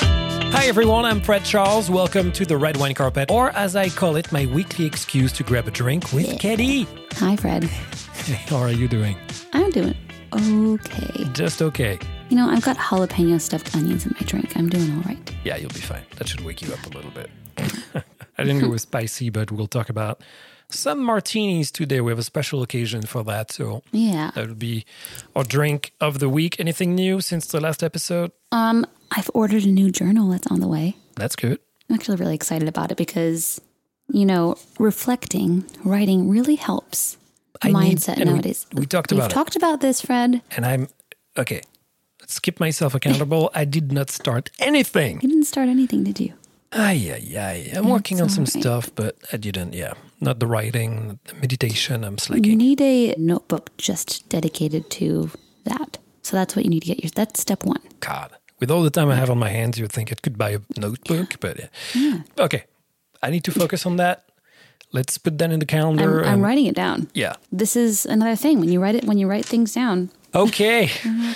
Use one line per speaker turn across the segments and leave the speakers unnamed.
Hi everyone, I'm Fred Charles. Welcome to the Red Wine Carpet, or as I call it, my weekly excuse to grab a drink with Katie.
Hi, Fred.
How are you doing?
I'm doing okay.
Just okay.
You know, I've got jalapeno stuffed onions in my drink. I'm doing all right.
Yeah, you'll be fine. That should wake you up a little bit. I didn't go with spicy, but we'll talk about some martinis today. We have a special occasion for that, so
Yeah.
that would be our drink of the week. Anything new since the last episode?
Um, I've ordered a new journal that's on the way.
That's good.
I'm actually really excited about it because, you know, reflecting, writing really helps
I need-
mindset
and we-
nowadays.
we talked
We've
about it.
talked about this, Fred.
And I'm okay. Let's keep myself accountable. I did not start anything.
You didn't start anything, did you?
Ay, ay, ay. I'm working on some
all right.
stuff, but I didn't. Yeah, not the writing, not the meditation. I'm
You
slacking.
need a notebook just dedicated to that. So that's what you need to get your. That's step one.
God, with all the time I have on my hands, you'd think I could buy a notebook, but yeah. okay. I need to focus on that. Let's put that in the calendar.
I'm, I'm
and-
writing it down.
um, Yeah.
This is another thing when you write it when you write things down.
Okay.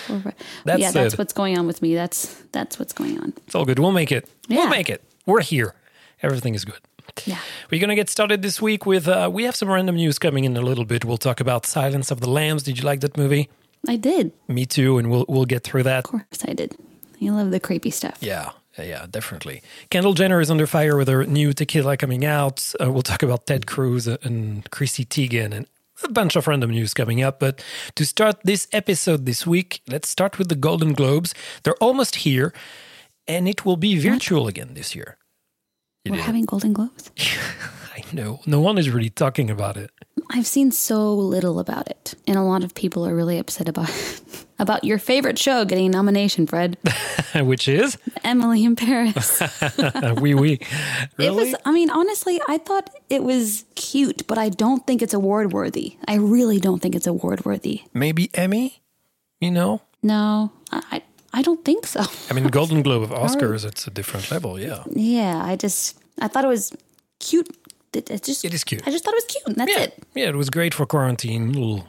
Or- but
That's
yeah, that's
it.
what's going on with me. That's that's what's going on.
it's all good. We'll make it. We'll
Yeah.
make it. We're here. Everything is good.
Yeah.
We're going to get started this week with uh, we have some random news coming in a little bit. We'll talk about Silence of the Lambs. Did you like that movie?
I did.
Me too, and we'll we'll get through that.
Of course I did. You love the creepy stuff.
Yeah, yeah, definitely. Kendall Jenner is under fire with her new tequila coming out. Uh, we'll talk about Ted Cruz and Chrissy Teigen and a bunch of random news coming up. But to start this episode this week, let's start with the Golden Globes. They're almost here, and it will be virtual again this year. You
We're
did it.
having Golden Globes.
I know. No one is really talking about it.
I've seen so little about it, and a lot of people are really upset about about your favorite show getting a nomination, Fred.
Which is
Emily in Paris.
we we
It was. I mean, honestly, I thought it was cute, but I don't think it's award worthy. I really don't think it's award worthy.
maybe Emmy. You know,
No, I I I don't think so.
I mean, Golden Globe of Oscars. It's a different level. Yeah.
Yeah, I just I thought it was cute. It, it just
It is cute.
I just thought it was cute. And that's
Yeah.
it.
Yeah, it was great for quarantine, little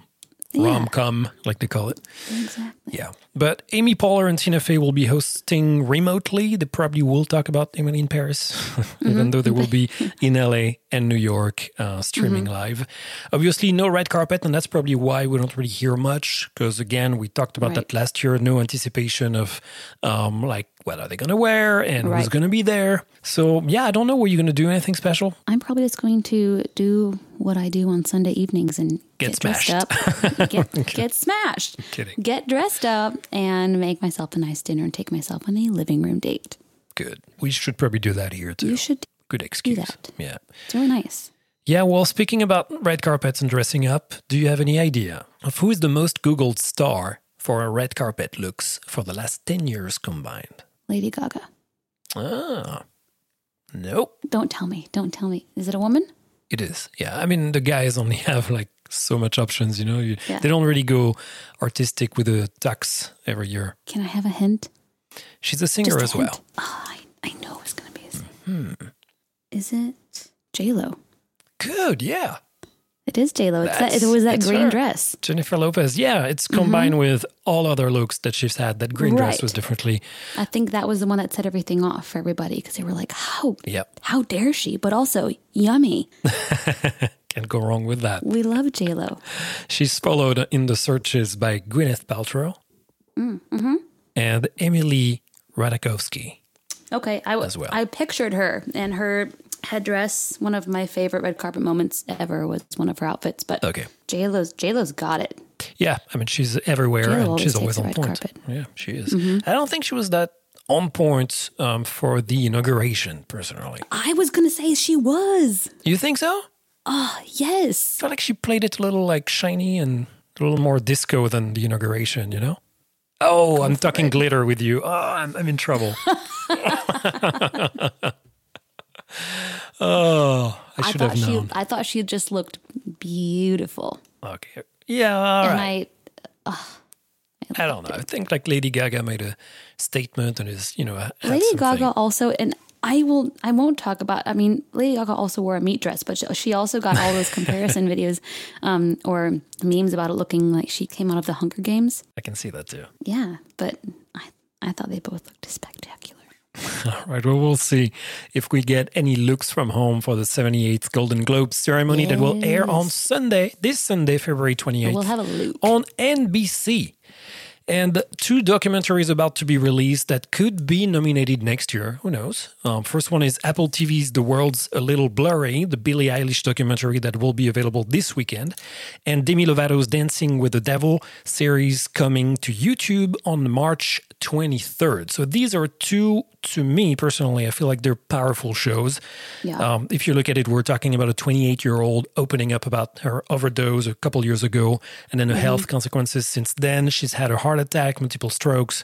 rom com, like they call it.
Exactly.
Yeah. But Amy Poehler and Tina Fey will be hosting remotely. They probably will talk about Emily in Paris, even though they will be
Mm-hmm.
in LA and New York uh, streaming live. Obviously, no red carpet, and that's probably why we don't really hear much. Because again, we talked about
Right.
that last year no anticipation of um, like, what are they going to wear and who's
Right.
going to be there. So, yeah, I don't know. Were you going to do anything special?
I'm probably just going to do what I do on Sunday evenings and
Get
dressed up. Get, get smashed.
Kidding.
Get dressed up and make myself a nice dinner and take myself on a living room date.
Good. We should probably do that here too.
You should.
Good excuse.
that.
Yeah.
It's really nice.
Yeah, well, speaking about red carpets and dressing up, do you have any idea of who is the most Googled star for a red carpet looks for the last 10 years combined?
Lady Gaga.
Ah, nope.
Don't tell me. Don't tell me. Is it a woman?
It is. Yeah, I mean, the guys only have like so much options, you know? You,
Yeah.
They don't really go artistic with the tux every year.
Can I have a hint?
She's a singer
a
as
hint.
well.
Oh, I, I know it's going to be. a singer. Is it J Lo?
Good, yeah.
It is J Lo. It's that. It
That's-
was that
it's
green
her.
dress.
Jennifer Lopez. Yeah, it's combined with all other looks that she's had. That green dress
Mm-hmm. Right.
was definitely,
I think that was the one that set everything off for everybody because they were like, "How?
yeah,
How dare she?" But also, yummy.
can't go wrong with that.
We love J Lo.
She's followed in the searches by Gwyneth Paltrow
Mm-hmm.
and Emily Ratajkowski.
Okay, I
As
was.
well.
I pictured her and her headdress. One of my favorite red carpet moments ever was one of her outfits. But
Okay.
J Lo's J Lo's got it.
Yeah, I mean she's everywhere
Jill
and
always
she's always
takes the
on
red
point.
carpet. Mm-hmm.
Yeah, she is. I don't think she was that on point um, for the inauguration personally.
I was gonna say she was.
You think so? I
Yes.
feel like she played it a little like shiny and a little more disco than the inauguration, you know? Oh, I'm talking glitter with you. Oh, I'm, I'm in trouble. oh, I
I
should
thought
have known.
she. I thought she just looked beautiful,
Okay. Yeah. all
and
right.
I
I, don't know. I think like Lady Gaga made a statement and is, you know, had
Lady
something.
Gaga also, and I will, I won't talk about. I mean, Lady Gaga also wore a meat dress, but she, she also got all those comparison videos um, or memes about it looking like she came out of the Hunger Games.
I can see that too.
Yeah, but I, I thought they both looked spectacular.
All right. Well, we'll see if we get any looks from home for the 78th Golden Globe ceremony that will air on Sunday, this Sunday, February 28th.
We'll have a look.
On NBC. And two documentaries about to be released that could be nominated next year. Who knows? Um, first one is Apple TV's The World's a Little Blurry, the Billie Eilish documentary that will be available this weekend. And Demi Lovato's Dancing with the Devil series coming to YouTube on March 23rd. So these are two, to me personally, I feel like they're powerful shows.
Yeah.
Um, if you look at it, we're talking about a 28 year old opening up about her overdose a couple years ago and then the health consequences since then. She's had a heart attack, multiple strokes.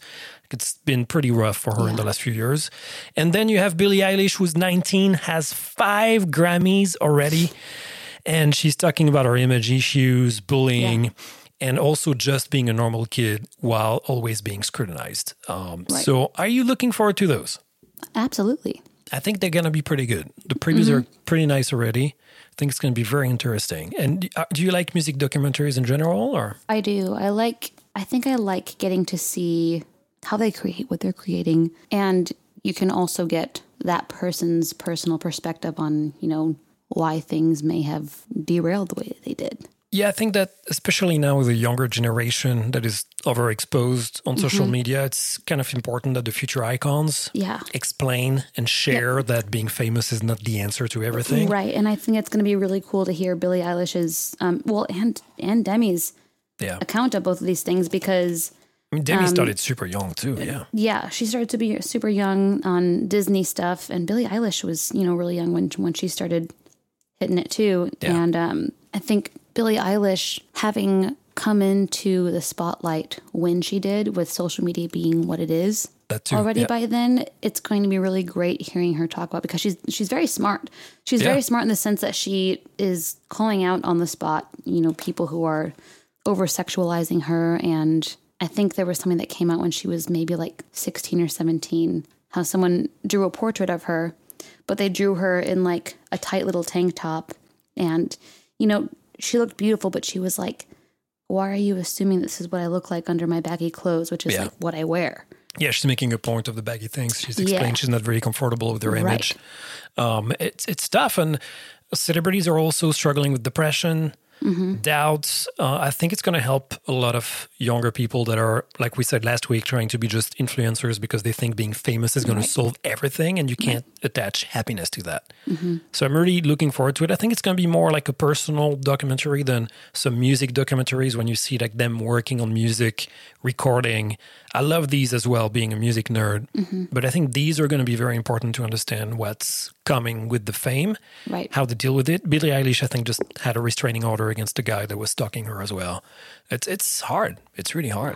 It's been pretty rough for her in the last few years. And then you have Billie Eilish, who's 19, has five Grammys already. And she's talking about her image issues, bullying. And also just being a normal kid while always being scrutinized. Um,
Right.
So, are you looking forward to those?
Absolutely.
I think they're going to be pretty good. The previews are pretty nice already. I think it's going to be very interesting. And uh, do you like music documentaries in general or
I do. I like I think I like getting to see how they create what they're creating and you can also get that person's personal perspective on, you know, why things may have derailed the way that they did.
Yeah, I think that especially now with the younger generation that is overexposed on social media, it's kind of important that the future icons
Yeah.
explain and share that being famous is not the answer to everything.
Right, and I think it's going to be really cool to hear Billie Eilish's, um, well, and and Demi's
Yeah.
account of both of these things because
I mean, Demi started super young too. Yeah.
yeah, she started to be super young on Disney stuff, and Billie Eilish was you know really young when when she started hitting it too.
Yeah.
And um, I think Billie Eilish having come into the spotlight when she did, with social media being what it is
That too.
already
yeah.
by then, it's going to be really great hearing her talk about because she's she's very smart. She's
Yeah.
very smart in the sense that she is calling out on the spot, you know, people who are over sexualizing her and I think there was something that came out when she was maybe like 16 or 17 how someone drew a portrait of her, but they drew her in like a tight little tank top and you know, she looked beautiful but she was like why are you assuming this is what I look like under my baggy clothes, which is
Yeah.
like what I wear?
Yeah, she's making a point of the baggy things. She's
Yeah.
explained she's not very comfortable with her
Right.
image. Um, it's it's tough, and celebrities are also struggling with depression, doubts. Uh, I think it's going to help a lot of younger people that are, like we said last week, trying to be just influencers because they think being famous is going to solve everything, and you can't attach happiness to that. So I'm really looking forward to it. I think it's going to be more like a personal documentary than some music documentaries when you see like them working on music, recording. I love these as well, being a music nerd. But I think these are going to be very important to understand what's coming with the fame,
Right.
how to deal with it. Billie Eilish, I think, just had a restraining order against a guy that was stalking her as well. It's it's hard. It's really hard.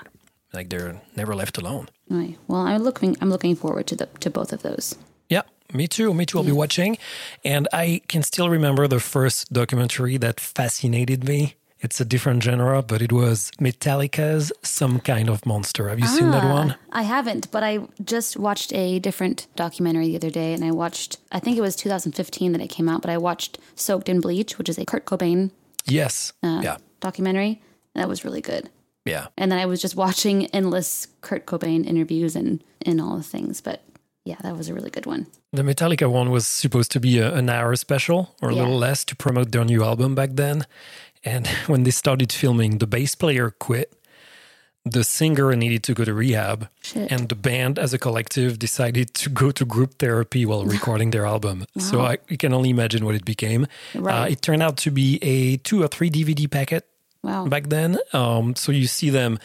Like they're never left alone.
Right. Well, I'm looking. I'm looking forward to the to both of those.
Yeah, me too. Me too. I'll be watching. And I can still remember the first documentary that fascinated me. It's a different genre, but it was Metallica's Some Kind of Monster. Have you seen that one?
I haven't, but I just watched a different documentary the other day, and I watched. I think it was 2015 that it came out, but I watched Soaked in Bleach, which is a Kurt Cobain
Yes. yeah.
documentary. And that was really good.
Yeah.
And then I was just watching endless Kurt Cobain interviews and and all the things. But yeah, that was a really good one.
The Metallica one was supposed to be a, an hour special or a
Yeah.
little less to promote their new album back then. And when they started filming, the bass player quit. The singer needed to go to rehab.
Shit.
And the band as a collective decided to go to group therapy while recording their album. So I you can only imagine what it became. Uh,
Right.
it turned out to be a two or three DVD packet
Wow.
back then. Um, so you see them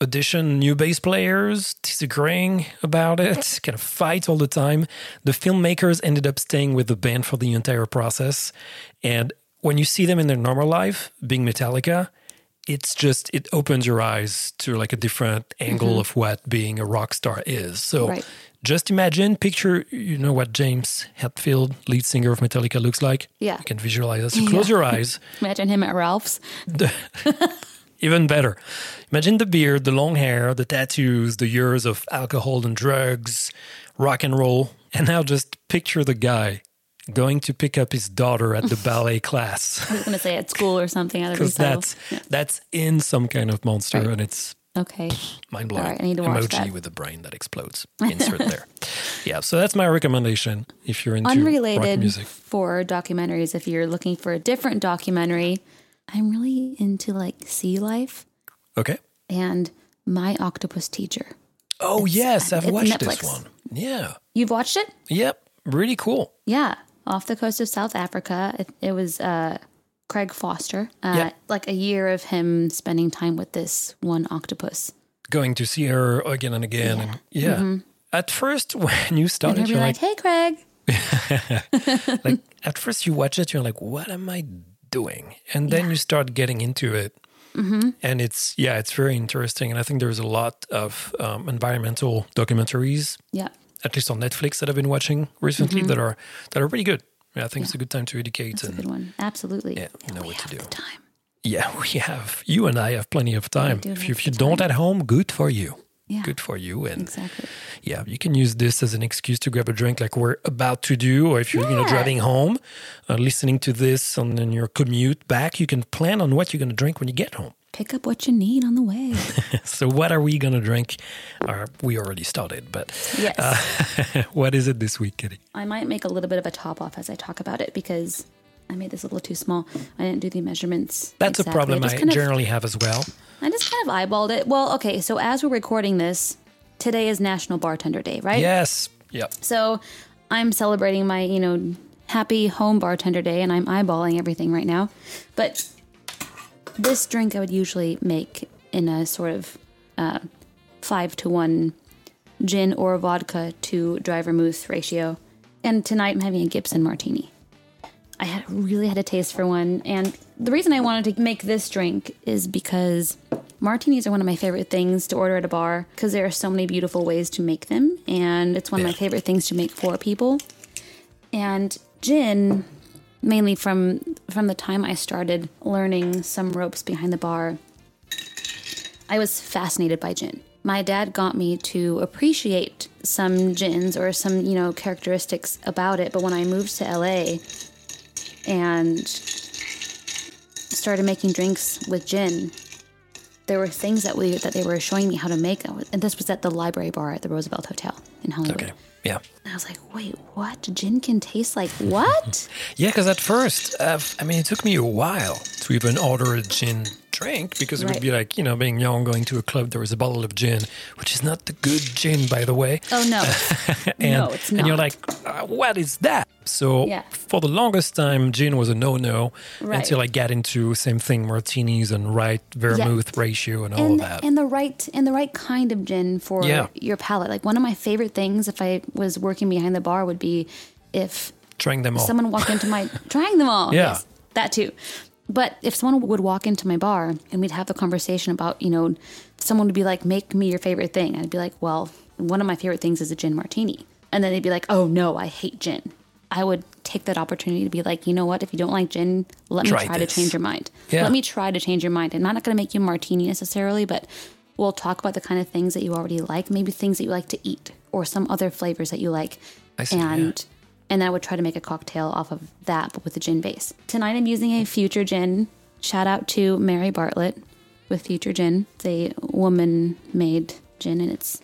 audition new bass players, disagreeing about it, kind of fight all the time. The filmmakers ended up staying with the band for the entire process. And when you see them in their normal life, being Metallica, it's just it opens your eyes to like a different angle of what being a rock star is. So
Mm-hmm. Right.
just imagine, picture, you know what James Hetfield, lead singer of Metallica, looks like.
Yeah.
you can visualize that. So close your eyes.
Imagine him at Ralph's.
Even better. Imagine the beard, the long hair, the tattoos, the years of alcohol and drugs, rock and roll. And now just picture the guy going to pick up his daughter at the ballet class.
I was gonna say at school or something. I
Because that's that's in some kind of monster and it's
okay.
mind blowing.
All right, I need to watch
Emoji
that.
with the brain that explodes. Insert there. Yeah. yeah, so that's my recommendation if you're into rock
Unrelated
music.
for documentaries, if you're looking for a different documentary, I'm really into like sea life
Okay.
and my octopus teacher.
Oh yes, I've
it's
watched
Netflix.
this one. Yeah.
You've watched it?
Yep. Really cool.
Yeah, off the coast of South Africa. It, it was uh, Craig Foster. Uh,
Yeah.
Like a year of him spending time with this one octopus.
Going to see her again and again. And yeah.
Mm-hmm.
At first, when Oh, you
And
started,
he'll be
you're
like,
like,
hey, Craig.
like at first you watch it, you're like, what am I doing? And then you start getting into it.
Mm-hmm.
And it's, yeah, it's very interesting. And I think there's a lot of um, environmental documentaries,
Yeah.
at least on Netflix, that I've been watching recently that are that are pretty good. Yeah, I think it's a good time to educate
It's a
and
Mm-hmm. good one. Absolutely. Yeah,
you know
we
what to
have
do.
the time.
Yeah, we have. You and I have plenty of time.
do
If
have
you, if you don't at home, good for you.
Yeah.
Good for you. And
Exactly.
yeah, you can use this as an excuse to grab a drink like we're about to do. Or if you're, you know,
Yeah.
driving home, uh, listening to this on, on your commute back, you can plan on what you're going to drink when you get home.
Pick up what you need on the way.
so, what are we going to drink? Uh, we already started, but
Yes.
what is it this week, Kitty?
I might make a little bit of a top off as I talk about it because I made this a little too small. I didn't do the measurements.
That's
exactly.
a problem I,
just kind of-
generally have as well.
I just kind of eyeballed it. Well, okay. So as we're recording this, today is National Bartender Day, right?
Yes. Yep.
So I'm celebrating my, you know, happy home bartender day and I'm eyeballing everything right now. But this drink I would usually make in a sort of uh, five to one gin or vodka to dry vermouth ratio. And tonight I'm having a Gibson martini. I had, really had a taste for one. And the reason I wanted to make this drink is because martinis are one of my favorite things to order at a bar because there are so many beautiful ways to make them. And it's one of my
Yeah.
favorite things to make for people. And gin, mainly from from the time I started learning some ropes behind the bar, I was fascinated by gin. My dad got me to appreciate some gins or some, you know, characteristics about it. But when I moved to LA and started making drinks with gin, there were things that we that they were showing me how to make. And this was at the library bar at the Roosevelt Hotel in Hollywood.
Okay. Yeah.
And I was like, wait, what? Gin can taste like what?
Yeah, because at first, uh, I mean, it took me a while to even order a gin drink because it would
Right.
be like, you know, being young, going to a club, there was a bottle of gin, which is not the good gin, by the way.
oh no.
And,
no, it's
and you're
not.
like, uh, what is that? So
Yeah.
for the longest time, gin was a no no
Right.
until I got into same thing martinis and right vermouth ratio and all of
and,
that.
and the right and the right kind of gin for
Yeah.
your palate. Like one of my favorite things if I was working behind the bar would be if
Trying them all.
someone walked into my trying them all.
Yeah.
Yes, that too. But if someone would walk into my bar and we'd have the conversation about, you know, someone would be like, "Make me your favorite thing," I'd be like, "Well, one of my favorite things is a gin martini," and then they'd be like, "Oh no, I hate gin." I would take that opportunity to be like, you know what? If you don't like gin, let
Try
me try
this.
to change your mind.
Yeah.
Let me try to change your mind. And I'm not going to make you a martini necessarily, but we'll talk about the kind of things that you already like, maybe things that you like to eat or some other flavors that you like.
I see, yeah.
and and then I would try to make a cocktail off of that, but with a gin base. Tonight I'm using a Future Gin. Shout out to Mary Bartlett with Future Gin. It's a woman made gin and it's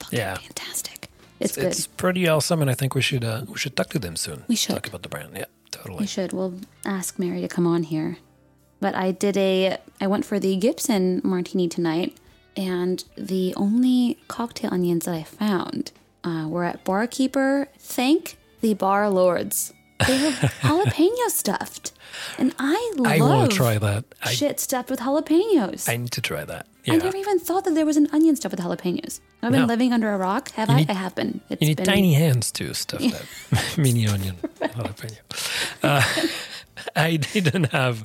fucking
Yeah.
fantastic. It's, good.
it's pretty awesome, and I think we should uh, we should talk to them soon. We
should.
talk about the brand. Yeah, totally.
We should. We'll ask Mary to come on here. But I did a. I went for the Gibson martini tonight, and the only cocktail onions that I found uh, were at Barkeeper. Thank the bar lords. They were jalapeno stuffed, and I love
I will try that. I,
shit stuffed with jalapenos.
I need to try that. Yeah.
I never even thought that there was an onion stuffed with jalapenos. I've been
No.
living under a rock, have I?
need-
I have been. It's
You need
been
tiny hands to stuff that mini onion jalapeno. Uh, I didn't have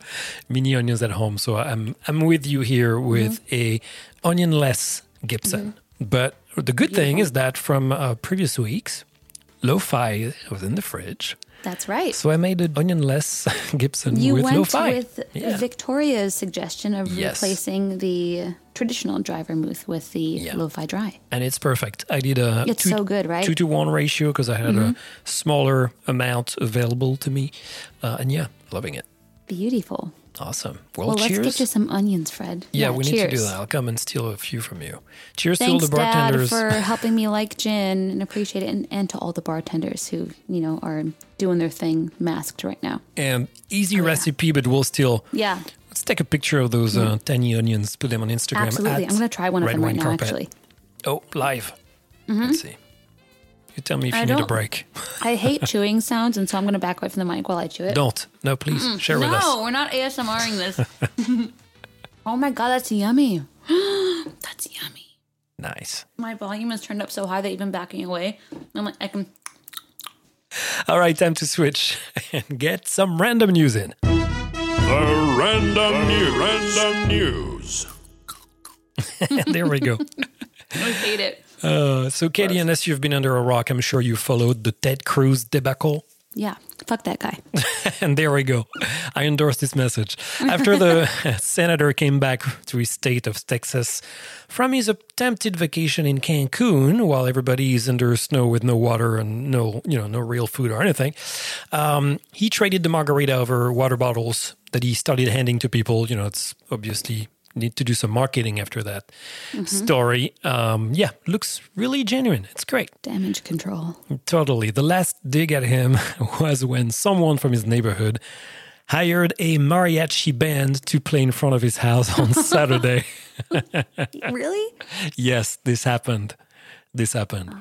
mini onions at home, so I'm I'm with you here with
Mm-hmm.
a onionless Gibson. But the good thing is that from uh, previous weeks, lo-fi was in the fridge,
That's right.
so I made an onionless Gibson
You
with
went
lo-fi.
with
Yeah.
Victoria's suggestion of
Yes.
replacing the traditional dry vermouth with the lo-fi dry.
and it's perfect. I did a
It's so good, right? Mm-hmm.
Two to one ratio because I had a smaller amount available to me, uh, and yeah, loving it.
Beautiful.
Awesome. Well,
Well,
cheers.
let's get you some onions, Fred.
yeah, we need to do
cheers.
that. I'll come and steal a few from you. Cheers to all
Thanks,
the
Dad,
bartenders.
for helping me like gin and appreciate it, and, and to all the bartenders who you know are doing their thing masked right now.
and
Oh,
easy recipe, but we'll still
Yeah,
let's take a picture of those uh, tiny onions. Put them on Instagram.
absolutely.
at
I'm going to try one of
Red
them right
Wine
now.
Carpet.
Actually, Mm-hmm.
Oh, live. Let's see. You tell me if you
I
need a
don't-
break.
I hate chewing sounds, and so I'm going to back away from the mic while I chew it.
Don't. No, please share with us.
no, we're not ASMRing this. oh my god, that's yummy. that's yummy.
Nice.
My volume is turned up so high that even backing away, I'm like, I can.
All right, time to switch and get some random news in.
The random news. Random news.
there we go.
I hate it.
Uh, so, Katie, unless you've been under a rock, I'm sure you followed the Ted Cruz debacle.
Yeah, fuck that guy.
And there we go. I endorse this message. After the senator came back to his state of Texas from his attempted vacation in Cancun, while everybody is under snow with no water and no, you know, no real food or anything, um, he traded the margarita over water bottles that he started handing to people. You know, it's obviously need to do some marketing after that story. Um, yeah, looks really genuine. It's great.
Damage control.
Totally. The last dig at him was when someone from his neighborhood hired a mariachi band to play in front of his house on Saturday.
really?
yes, this happened. This happened.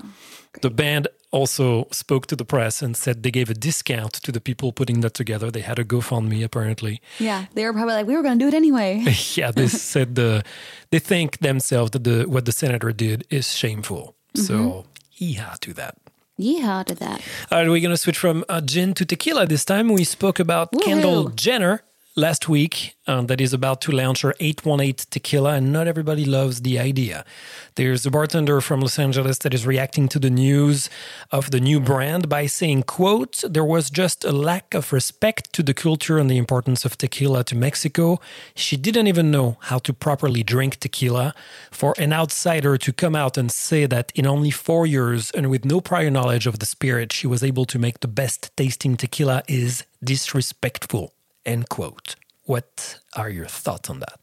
the band also spoke to the press and said they gave a discount to the people putting that together. They had a GoFundMe apparently.
Yeah, they were probably like, we were going to do it anyway.
yeah, they said the they think themselves that the what the senator did is shameful. So he had to that.
yeah, did that.
All right, we're going to switch from uh, gin to tequila this time. We spoke about
Woohoo.
Kendall Jenner last week, um, that is about to launch her 818 tequila, and not everybody loves the idea. There's a bartender from Los Angeles that is reacting to the news of the new brand by saying, quote, there was just a lack of respect to the culture and the importance of tequila to Mexico. She didn't even know how to properly drink tequila. For an outsider to come out and say that in only four years and with no prior knowledge of the spirit, she was able to make the best tasting tequila is disrespectful. End quote. What are your thoughts on that?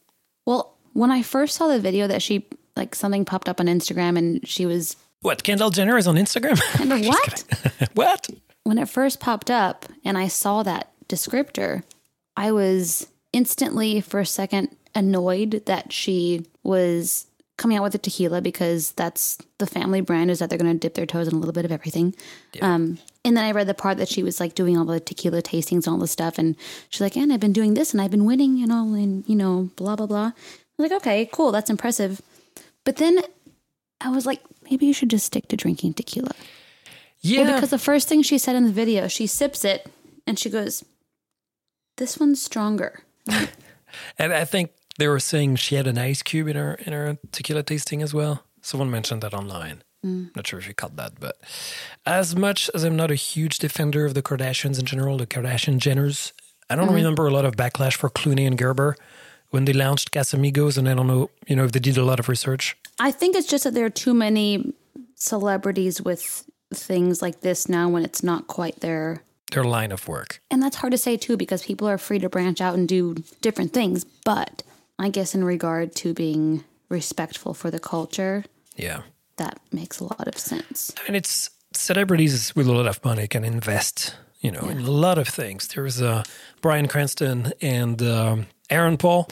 Well, when I first saw the video that she, like, something popped up on Instagram and she was,
What, Kendall Jenner is on Instagram?
and what?
what?
When it first popped up and I saw that descriptor, I was instantly, for a second, annoyed that she was coming out with a tequila because that's the family brand is that they're going to dip their toes in a little bit of everything. Um, and then I read the part that she was like doing all the tequila tastings and all this stuff. And she's like, and I've been doing this and I've been winning and all, and you know, blah, blah, blah. I was like, okay, cool. That's impressive. But then I was like, maybe you should just stick to drinking tequila.
Yeah.
Well, because the first thing she said in the video, she sips it and she goes, "This one's stronger."
and I think they were saying she had an ice cube in her in her tequila tasting as well. Someone mentioned that online. Not sure if you caught that, but as much as I'm not a huge defender of the Kardashians in general, the Kardashian Jenners, I don't remember a lot of backlash for Clooney and Gerber when they launched Casamigos, and I don't know, you know, if they did a lot of research.
I think it's just that there are too many celebrities with things like this now when it's not quite there.
Their line of work.
And that's hard to say too because people are free to branch out and do different things, but I guess in regard to being respectful for the culture,
Yeah.
that makes a lot of sense.
and it's celebrities with a lot of money can invest, you know, in a lot of things. There was uh, Brian Cranston and um, Aaron Paul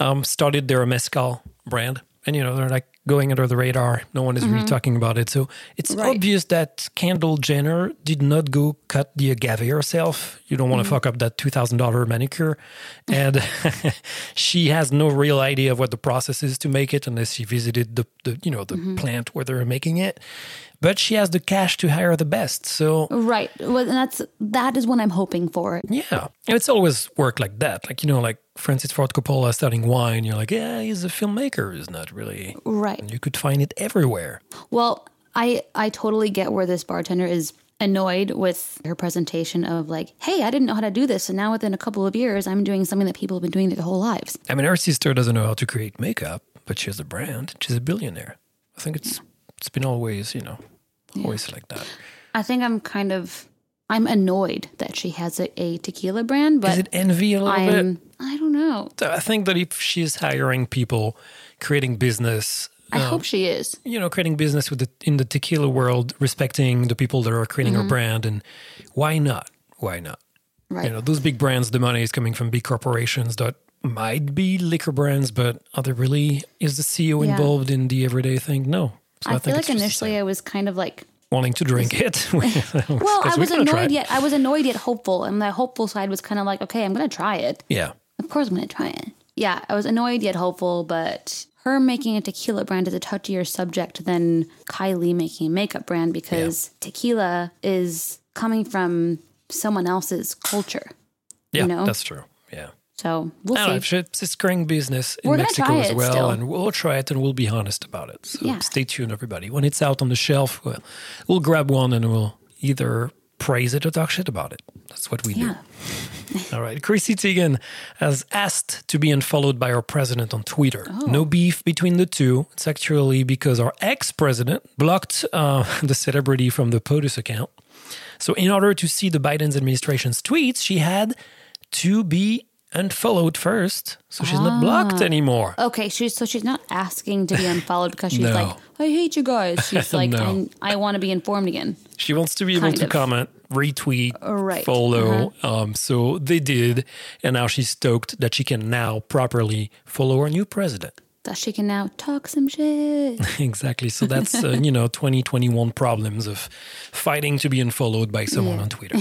um, started their mezcal brand, and you know they're like going under the radar. No one is really talking about it. So it's
Right.
obvious that Kendall Jenner did not go cut the agave herself. You don't want to fuck up that two thousand dollar manicure, and she has no real idea of what the process is to make it unless she visited the, the you know the plant where they're making it. But she has the cash to hire the best, so
Right. Well, and that's that is what I'm hoping for.
yeah, and it's always worked like that. Like you know, like Francis Ford Coppola starting wine. You're like, yeah, he's a filmmaker. He's not really.
Right.
You could find it everywhere.
Well, I I totally get where this bartender is annoyed with her presentation of like, hey, I didn't know how to do this, and now within a couple of years, I'm doing something that people have been doing their whole lives.
I mean, our sister doesn't know how to create makeup, but she has a brand. She's a billionaire. I think it's it's been always, you know, always like that.
I think I'm kind of I'm annoyed that she has a, a tequila brand,
Is
but
it envy a little
I'm
bit?
I don't know.
So I think that if she's hiring people, creating business,
I
Oh.
hope she is.
you know, creating business with the, in the tequila world, respecting the people that are creating
Mm-hmm.
her brand, and why not? Why not?
Right.
You know, those big brands, the money is coming from big corporations that might be liquor brands, but are they really? Is the CEO
Yeah.
involved in the everyday thing? No. So
I, feel
it's
like
just the
initially
same.
I was kind of like,
wanting to drink it.
well, I was annoyed
Yeah.
yet I was annoyed yet hopeful, and the hopeful side was kind of like, okay, I'm gonna try it.
yeah.
Of course, I'm gonna try it. Yeah, I was annoyed yet hopeful, but her making a tequila brand is a touchier subject than Kylie making a makeup brand because tequila is coming from someone else's culture.
Yeah.
know?
That's true. Yeah.
So we'll
I don't know,
see.
it's- it's it's growing business in
We're gonna
Mexico
try
as
it
well,
still.
and we'll try it and we'll be honest about it. So
Yeah.
stay tuned, everybody. When it's out on the shelf, we'll, we'll grab one and we'll either praise it or talk shit about it. That's what we
Yeah.
do. All right. Chrissy Teigen has asked to be unfollowed by our president on Twitter.
Oh.
No beef between the two. It's actually because our ex president blocked uh, the celebrity from the POTUS account. So, in order to see the Biden's administration's tweets, she had to be unfollowed first. So she's not blocked
Ah.
anymore.
Okay, she's so she's not asking to be unfollowed because she's
No.
like, I hate you guys. She's like,
No.
I'm- I want to be informed again.
She wants to be able
Kind
to
of. Uh,
comment, retweet,
Right. Uh-huh.
follow. Um, so they did. And now she's stoked that she can now properly follow our new president.
That she can now talk some shit.
exactly. So that's, uh, you know, 2021 problems of fighting to be unfollowed by someone on Twitter.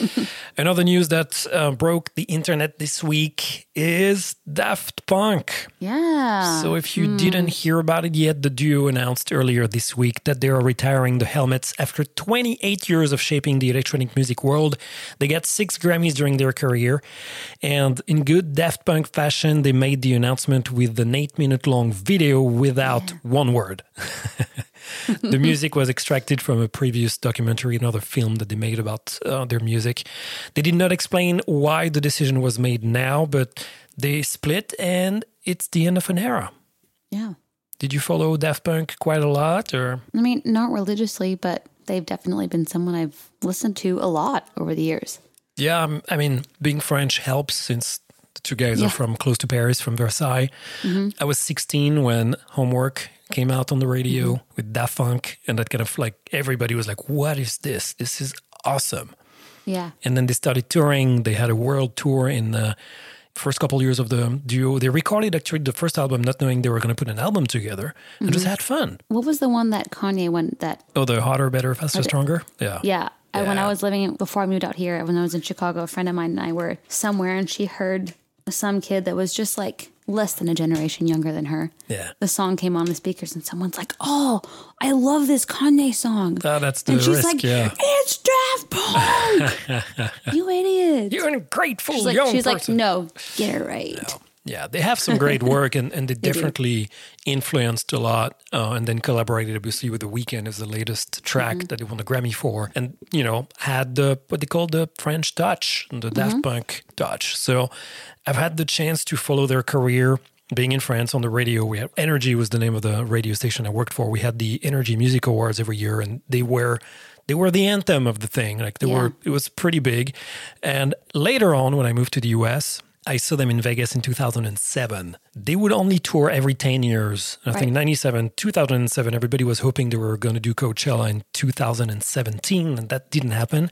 Another news that uh, broke the internet this week is Daft Punk.
Yeah.
So, if you didn't hear about it yet, the duo announced earlier this week that they are retiring the helmets after 28 years of shaping the electronic music world. They got six Grammys during their career. And in good Daft Punk fashion, they made the announcement with an eight minute long video without one word. the music was extracted from a previous documentary, another film that they made about uh, their music. They did not explain why the decision was made now, but they split and it's the end of an era.
yeah.
Did you follow Daft Punk quite a lot or
I mean, not religiously, but they've definitely been someone I've listened to a lot over the years.
Yeah, um, I mean, being French helps since the two guys are
Yeah. Mm-hmm.
from close to Paris, from Versailles. I was 16 when Homework came out on the radio
Mm-hmm.
with Daft Punk, and that kind of like everybody was like, What is this? This is awesome.
Yeah.
and then they started touring. They had a world tour in the first couple years of the duo. They recorded actually the first album, not knowing they were going to put an album together, and
Mm-hmm.
just had fun.
What was the one that Kanye went that?
Oh, the hotter, better, faster, stronger. Yeah,
Yeah. I, when
Yeah.
I was living before I moved out here, when I was in Chicago, a friend of mine and I were somewhere, and she heard some kid that was just like less than a generation younger than her.
yeah.
the song came on the speakers and someone's like, "Oh, I love this Kanye song."
Ah, that's the
and she's
risk.
like,
yeah,
"It's Daft Punk, you idiot!"
you're an ungrateful
she's like,
young
she's like,
person.
"No, get it right."
Yeah, they have some great work, and, and they definitely influenced a lot, uh, and then collaborated obviously with The Weeknd as the latest track
Mm-hmm.
that they won the Grammy for, and you know had the what they call the French touch, the
Mm-hmm.
Daft Punk touch. So I've had the chance to follow their career. Being in France on the radio, we had Energy was the name of the radio station I worked for. We had the Energy Music Awards every year, and they were they were the anthem of the thing. Like they were, it was pretty big. And later on, when I moved to the US, I saw them in Vegas in 2007. They would only tour every 10 years. I think
Right.
97, 2007, everybody was hoping they were going to do Coachella in 2017, and that didn't happen.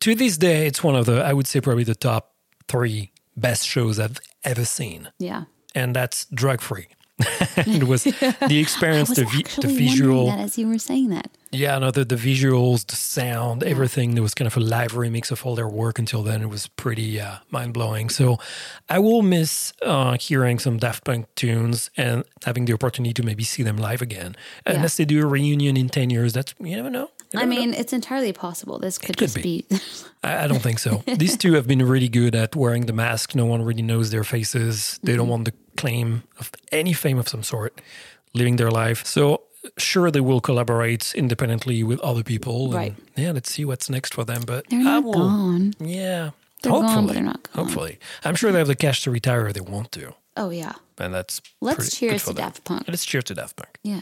To this day, it's one of the, I would say, probably the top three best shows I've ever seen.
Yeah,
And that's drug free. it was the experience,
I was
the, vi- the
actually
visual.
wondering that as you were saying that.
Yeah, no, the, the visuals, the sound, everything. There was kind of a live remix of all their work until then. It was pretty uh, mind blowing. So I will miss uh, hearing some Daft Punk tunes and having the opportunity to maybe see them live again. Unless they do a reunion in 10 years, that's, you never know. You
I
never know.
mean, it's entirely possible. This could, just
be.
be.
I, I don't think so. These two have been really good at wearing the mask. No one really knows their faces. They
Mm-hmm.
don't want the claim of any fame of some sort, living their life. So sure, they will collaborate independently with other people. and
Right.
yeah, let's see what's next for them. But
they're
I
not
will.
gone.
Yeah.
They're gone,
hopefully,
but they're not gone.
Hopefully, I'm sure they have the cash to retire if they want to,
Oh yeah,
and that's pretty
let's
good
cheers
for
to
them.
Daft Punk.
Let's cheer to Daft Punk.
Yeah,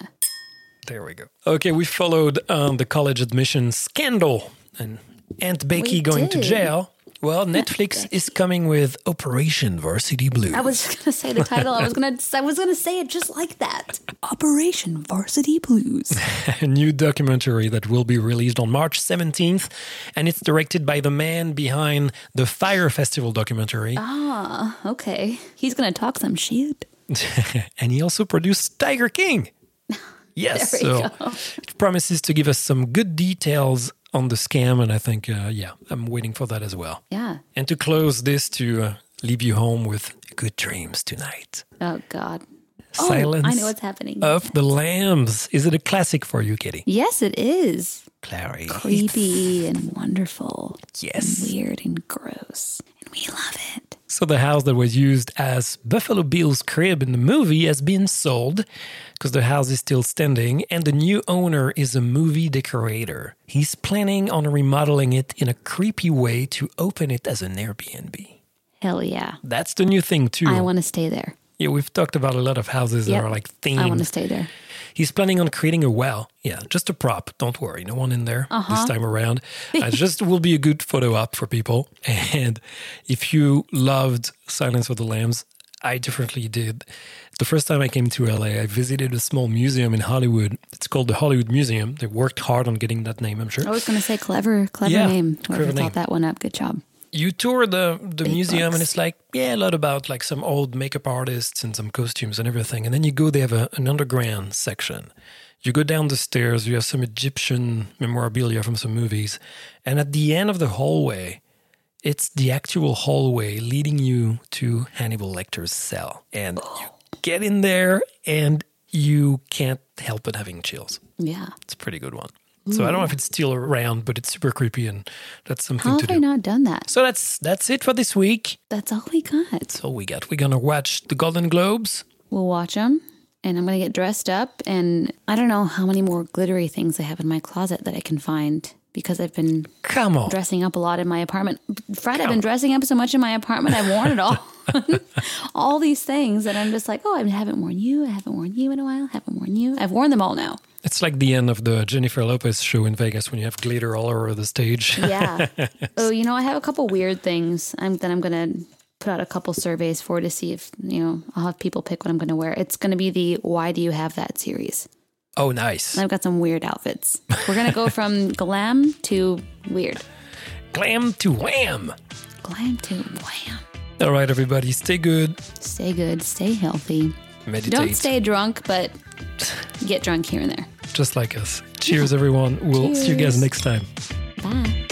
There we go. Okay, we followed um, the college admission scandal and Aunt Becky
We
going to
did.
jail. Well, Netflix is coming with Operation Varsity Blues.
I was gonna say the title. I was gonna I was gonna say it just like that. Operation Varsity Blues.
a new documentary that will be released on March 17th, and it's directed by the man behind the Fire Festival documentary,
Ah. Okay, he's gonna talk some shit.
and he also produced Tiger King. Yes,
There
so
we
it promises to give us some good details on the scam, and I think, uh, yeah, I'm waiting for that as well.
Yeah.
And to close this, to uh, leave you home with good dreams tonight.
Oh God.
Silence
Oh, I know what's happening.
of the Lambs. Is it a classic for you, Kitty?
yes, it is
Clary.
creepy and wonderful.
Yes.
And weird and gross, and we love it.
So the house that was used as Buffalo Bill's crib in the movie has been sold because the house is still standing and the new owner is a movie decorator. He's planning on remodeling it in a creepy way to open it as an Airbnb.
Hell yeah.
That's the new thing too.
I want to stay there.
yeah, we've talked about a lot of houses
Yep.
that are like
I want to
themed.
stay there.
He's planning on creating a well. Yeah, just a prop. Don't worry, no one in there this time around. Uh, just will be a good photo op for people. And if you loved Silence of the Lambs, I definitely did. The first time I came to LA, I visited a small museum in Hollywood. It's called the Hollywood Museum. They worked hard on getting that name, I'm sure.
I was gonna say clever, clever
Yeah,
name. Whoever
clever
thought
name.
that one up, good job.
you tour the the museum and
bucks.
it's like yeah a lot about like some old makeup artists and some costumes and everything and then you go they have a, an underground section you go down the stairs you have some egyptian memorabilia from some movies and at the end of the hallway it's the actual hallway leading you to hannibal lecter's cell and you get in there and you can't help but having chills
Yeah.
it's a pretty good one so i don't know if it's still around but it's super creepy and that's something
How
to
have
do
I not done that?
so that's that's it for this week.
That's all we got.
That's all we got. We're gonna watch the Golden Globes.
We'll watch them, and I'm gonna get dressed up. And I don't know how many more glittery things I have in my closet that I can find because I've been
Come on,
dressing up a lot in my apartment. Fred, I've been dressing up so much in my apartment, I've worn it all. all these things, and I'm just like, oh, I haven't worn you. I haven't worn you in a while. haven't worn you. I've worn them all now.
it's like the end of the Jennifer Lopez show in Vegas when you have glitter all over the stage.
Yeah. oh, you know, I have a couple weird things. I'm then I'm gonna put out a couple surveys for to see if you know I'll have people pick what I'm gonna wear. It's gonna be the "Why do you have that?" series.
Oh, nice.
And I've got some weird outfits. We're gonna go from glam to weird,
Glam to wham.
glam to wham.
All right, everybody, stay good.
Stay good, stay healthy.
Meditate,
Don't stay drunk, but get drunk here and there.
just like us. Cheers, everyone. We'll see you guys
Cheers.
next time.
Bye.